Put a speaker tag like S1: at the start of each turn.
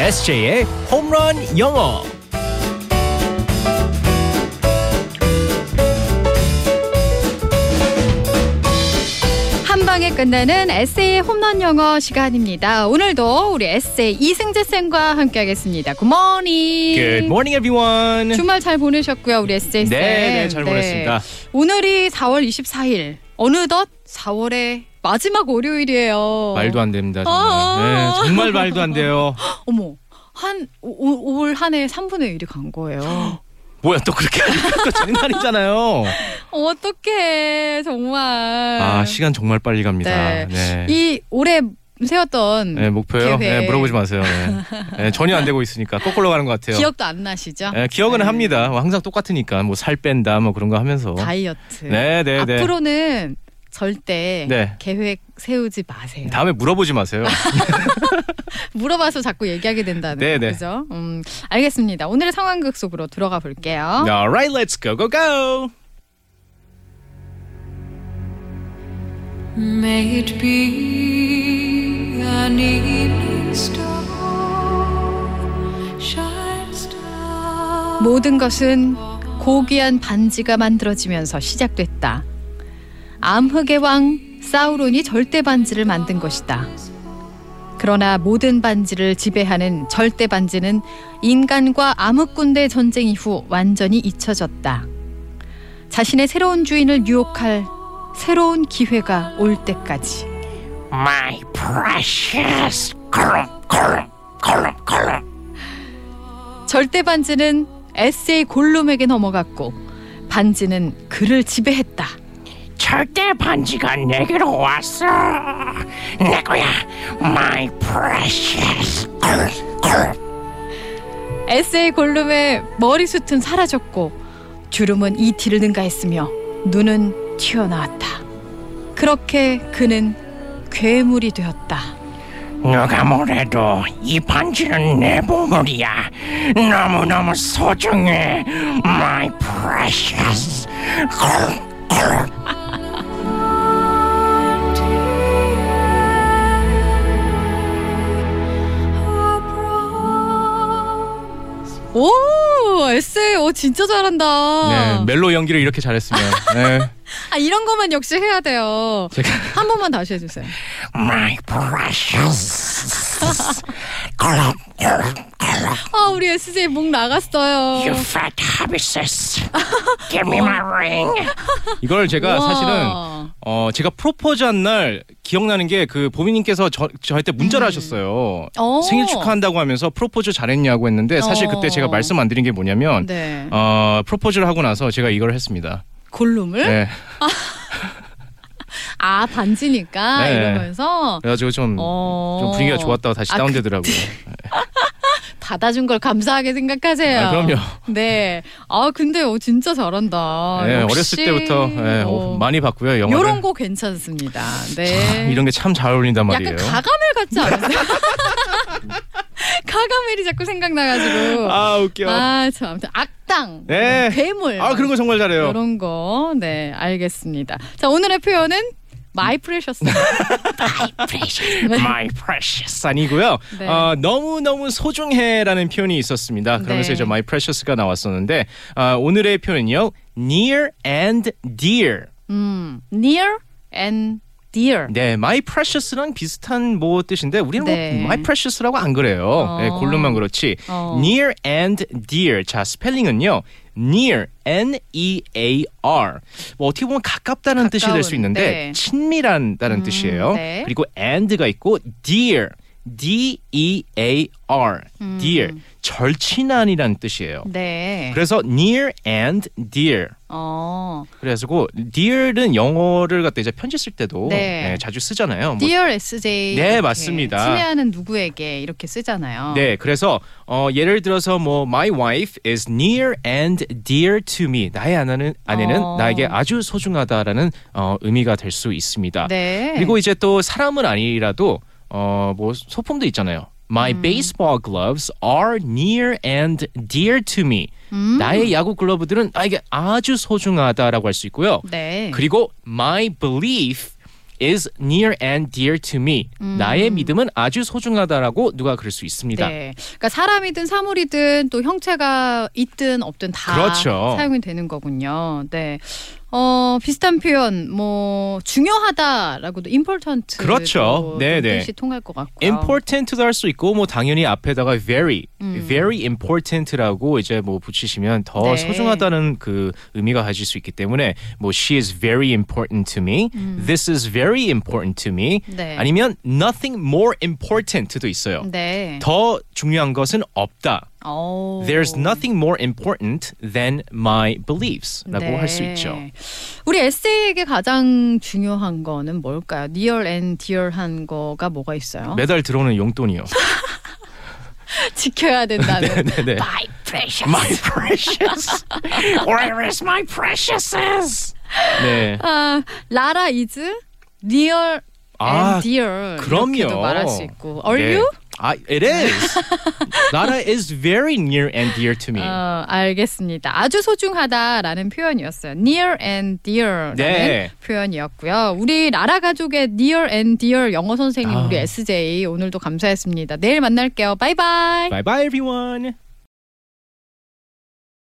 S1: SJ의 홈런 영어.
S2: 한 방에 끝내는 에세이 홈런 영어 시간입니다. 오늘도 우리 에세이 이승재 쌤과 함께하겠습니다. 굿모닝.
S1: Good morning, everyone.
S2: 주말 잘 보내셨고요, 우리 에세이 쌤.
S1: 네, 네, 잘 보냈습니다.
S2: 오늘이 4월 24일. 어느덧 4월의 마지막 월요일이에요.
S1: 말도 안 됩니다. 정말.
S2: 아.
S1: 네, 정말 말도 안 돼요.
S2: 어머. 한올 한해 3분의 1이 간 거예요.
S1: 뭐야 또 그렇게 하니까 또 장난이잖아요.
S2: 어떡해 정말.
S1: 아 시간 정말 빨리
S2: 네.
S1: 갑니다. 네.
S2: 이 올해 세웠던
S1: 네, 목표요?
S2: 계획.
S1: 네, 물어보지 마세요. 네. 네, 전혀 안 되고 있으니까 거꾸로 가는 것 같아요.
S2: 기억도 안 나시죠?
S1: 네, 기억은
S2: 네.
S1: 합니다. 뭐 항상 똑같으니까 뭐 살 뺀다 뭐 그런 거 하면서.
S2: 다이어트.
S1: 네, 네, 네.
S2: 앞으로는 절대
S1: 네.
S2: 계획 세우지 마세요.
S1: 다음에 물어보지 마세요.
S2: 물어봐서 자꾸 얘기하게 된다는
S1: 네, 네.
S2: 거죠. 음, 알겠습니다. 오늘의 상황극 속으로 들어가
S1: 네.
S2: 볼게요.
S1: Alright, let's go go go.
S3: May it be an evening star, shines down.
S2: 모든 것은 고귀한 반지가 만들어지면서 시작됐다. 암흑의 왕 사우론이 절대 반지를 만든 것이다. 그러나 모든 반지를 지배하는 절대 반지는 인간과 암흑군대 의 전쟁 이후 완전히 잊혀졌다. 자신의 새로운 주인을 유혹할 새로운 기회가 올 때까지.
S4: My precious. Crum, crum, crum, crum.
S2: 절대 반지는 에세이 골룸에게 넘어갔고 반지는 그를 지배했다.
S4: 절대 반지가 내게로 왔어. 내 거야. My precious. Crum, crum.
S2: 에세이 골룸의 머리숱은 사라졌고 주름은 이티를 능가했으며 눈은 튀어나왔다. 그렇게 그는 괴물이 되었다.
S4: 누가 뭐래도 이 반지는 내 보물이야. 너무너무 소중해. My precious. Crum, crum.
S2: 오, 에세이 오 진짜 잘한다.
S1: 네, 멜로 연기를 이렇게 잘했으면. 네.
S2: 아 이런 것만 역시 해야 돼요.
S1: 제가
S2: 한 번만 다시 해주세요.
S4: My precious. Crum, crum, crum.
S2: 아 우리 에세이 목 나갔어요.
S4: You fat hobbies. Give me my ring.
S1: 이걸 제가
S2: 우와.
S1: 사실은 어 제가 프로포즈한 날 기억나는 게 그 보미님께서 저, 저한테 문자를 하셨어요.
S2: 음. 어.
S1: 생일 축하한다고 하면서 프로포즈 잘했냐고 했는데 사실
S2: 어.
S1: 그때 제가 말씀 안 드린 게 뭐냐면
S2: 네.
S1: 어 프로포즈를 하고 나서 제가 이걸 했습니다.
S2: 골룸을
S1: 네.
S2: 아 반지니까
S1: 네.
S2: 이러면서
S1: 그래가지고 좀,
S2: 어.
S1: 좀 분위기가 좋았다가 다시
S2: 아,
S1: 다운되더라고요.
S2: 받아준 걸 감사하게 생각하세요.
S1: 아, 그럼요.
S2: 네. 아 근데 어, 진짜 잘한다.
S1: 네,
S2: 아, 역시.
S1: 어렸을 때부터 네,
S2: 어,
S1: 많이 봤고요. 영화를.
S2: 요런 거 괜찮습니다. 네.
S1: 이런 게 참 잘 어울린단 말이에요.
S2: 약간 가가멜 같지 않으세요? 가가멜이 자꾸 생각나가지고.
S1: 아 웃겨.
S2: 아, 참. 아무튼 악당.
S1: 네.
S2: 괴물.
S1: 아 그런 거 정말 잘해요.
S2: 이런 거. 네, 알겠습니다. 자, 오늘의 표현은 my precious.
S4: My precious.
S1: 아니고요.
S2: 네.
S1: 어, 너무 너무 소중해라는 표현이 있었습니다. 그러면서
S2: 네.
S1: 이제 my precious가 나왔었는데 아, 오늘의 표현은요, near and dear.
S2: 음, near and dear.
S1: 네, my precious랑 비슷한 뭐 뜻인데 우리는
S2: 네.
S1: 뭐 my precious라고 안 그래요. 네, 골룸만 그렇지.
S2: 어.
S1: near and dear. 자, 스펠링은요. near n e a r. 뭐 어떻게 보면 가깝다는 뜻이 될 수
S2: 가까운,
S1: 있는데
S2: 네.
S1: 친밀한다는 뜻이에요.
S2: 네.
S1: 그리고 and가 있고 dear. D E A R. dear. 절친한이라는 뜻이에요.
S2: 음. 네.
S1: 그래서 near and dear.
S2: 어.
S1: 그래서 그 dear는 영어를 갖다 이제 편지 쓸 때도
S2: 네.
S1: 네, 자주 쓰잖아요. 뭐
S2: Dear SJ.
S1: 네,
S2: 이렇게
S1: 맞습니다.
S2: 친애하는 누구에게 이렇게 쓰잖아요.
S1: 네, 그래서 어, 예를 들어서 뭐 my wife is near and dear to me. 나의 아내는 아내는
S2: 어.
S1: 나에게 아주 소중하다라는 어, 의미가 될 수 있습니다.
S2: 네.
S1: 그리고 이제 또 사람은 아니라도 어, 뭐 소품도 있잖아요. My
S2: 음.
S1: baseball gloves are near and dear to me.
S2: 음.
S1: 나의 야구 글러브들은 나에게 아주 소중하다라고 할 수 있고요.
S2: 네.
S1: 그리고 my belief is near and dear to me. 나의 믿음은 아주 소중하다라고 누가 그럴 수 있습니다.
S2: 네. 그러니까 사람이든 사물이든 또 형체가 있든 없든 다
S1: 그렇죠.
S2: 사용이 되는 거군요. 네. 어, 비슷한 표현 뭐 중요하다라고도 important
S1: 그렇죠. 네, 네.
S2: 뜻이 통할 것 같고요.
S1: important도 할 수 있고 뭐 당연히 앞에다가 very, very important라고 이제 뭐 붙이시면 더
S2: 음. 네.
S1: 소중하다는 그 의미가 가질 수 있기 때문에 뭐 she is very important to me, this is very important to me,
S2: 음. 네.
S1: 아니면 nothing more important도 있어요.
S2: 네.
S1: 더 중요한 것은 없다.
S2: 어.
S1: There's nothing more important than my beliefs라고
S2: 네.
S1: 할 수 있죠.
S2: 우리 에세이에게 가장 중요한 거는 뭘까요? near and dear한 거가 뭐가 있어요?
S1: 매달 들어오는 용돈이요.
S2: 지켜야 된다는
S1: 네, 네.
S4: My precious.
S1: My precious.
S4: Where is my preciouses?
S1: 네.
S2: 아, 라라 이즈 리얼
S1: 아,
S2: 앤 디얼 이렇게도
S1: 그럼요. 네.
S2: 말할 수 있고 Are you?
S1: I, it is. Lara is very near and dear to me.
S2: 어, 알겠습니다. 아주 소중하다라는 표현이었어요. Near and dear라는
S1: 네.
S2: 표현이었고요. 우리 라라 가족의 Near and dear 영어 선생님
S1: 아.
S2: 우리 SJ 오늘도 감사했습니다. 내일 만날게요. 바이바이.
S1: bye bye everyone.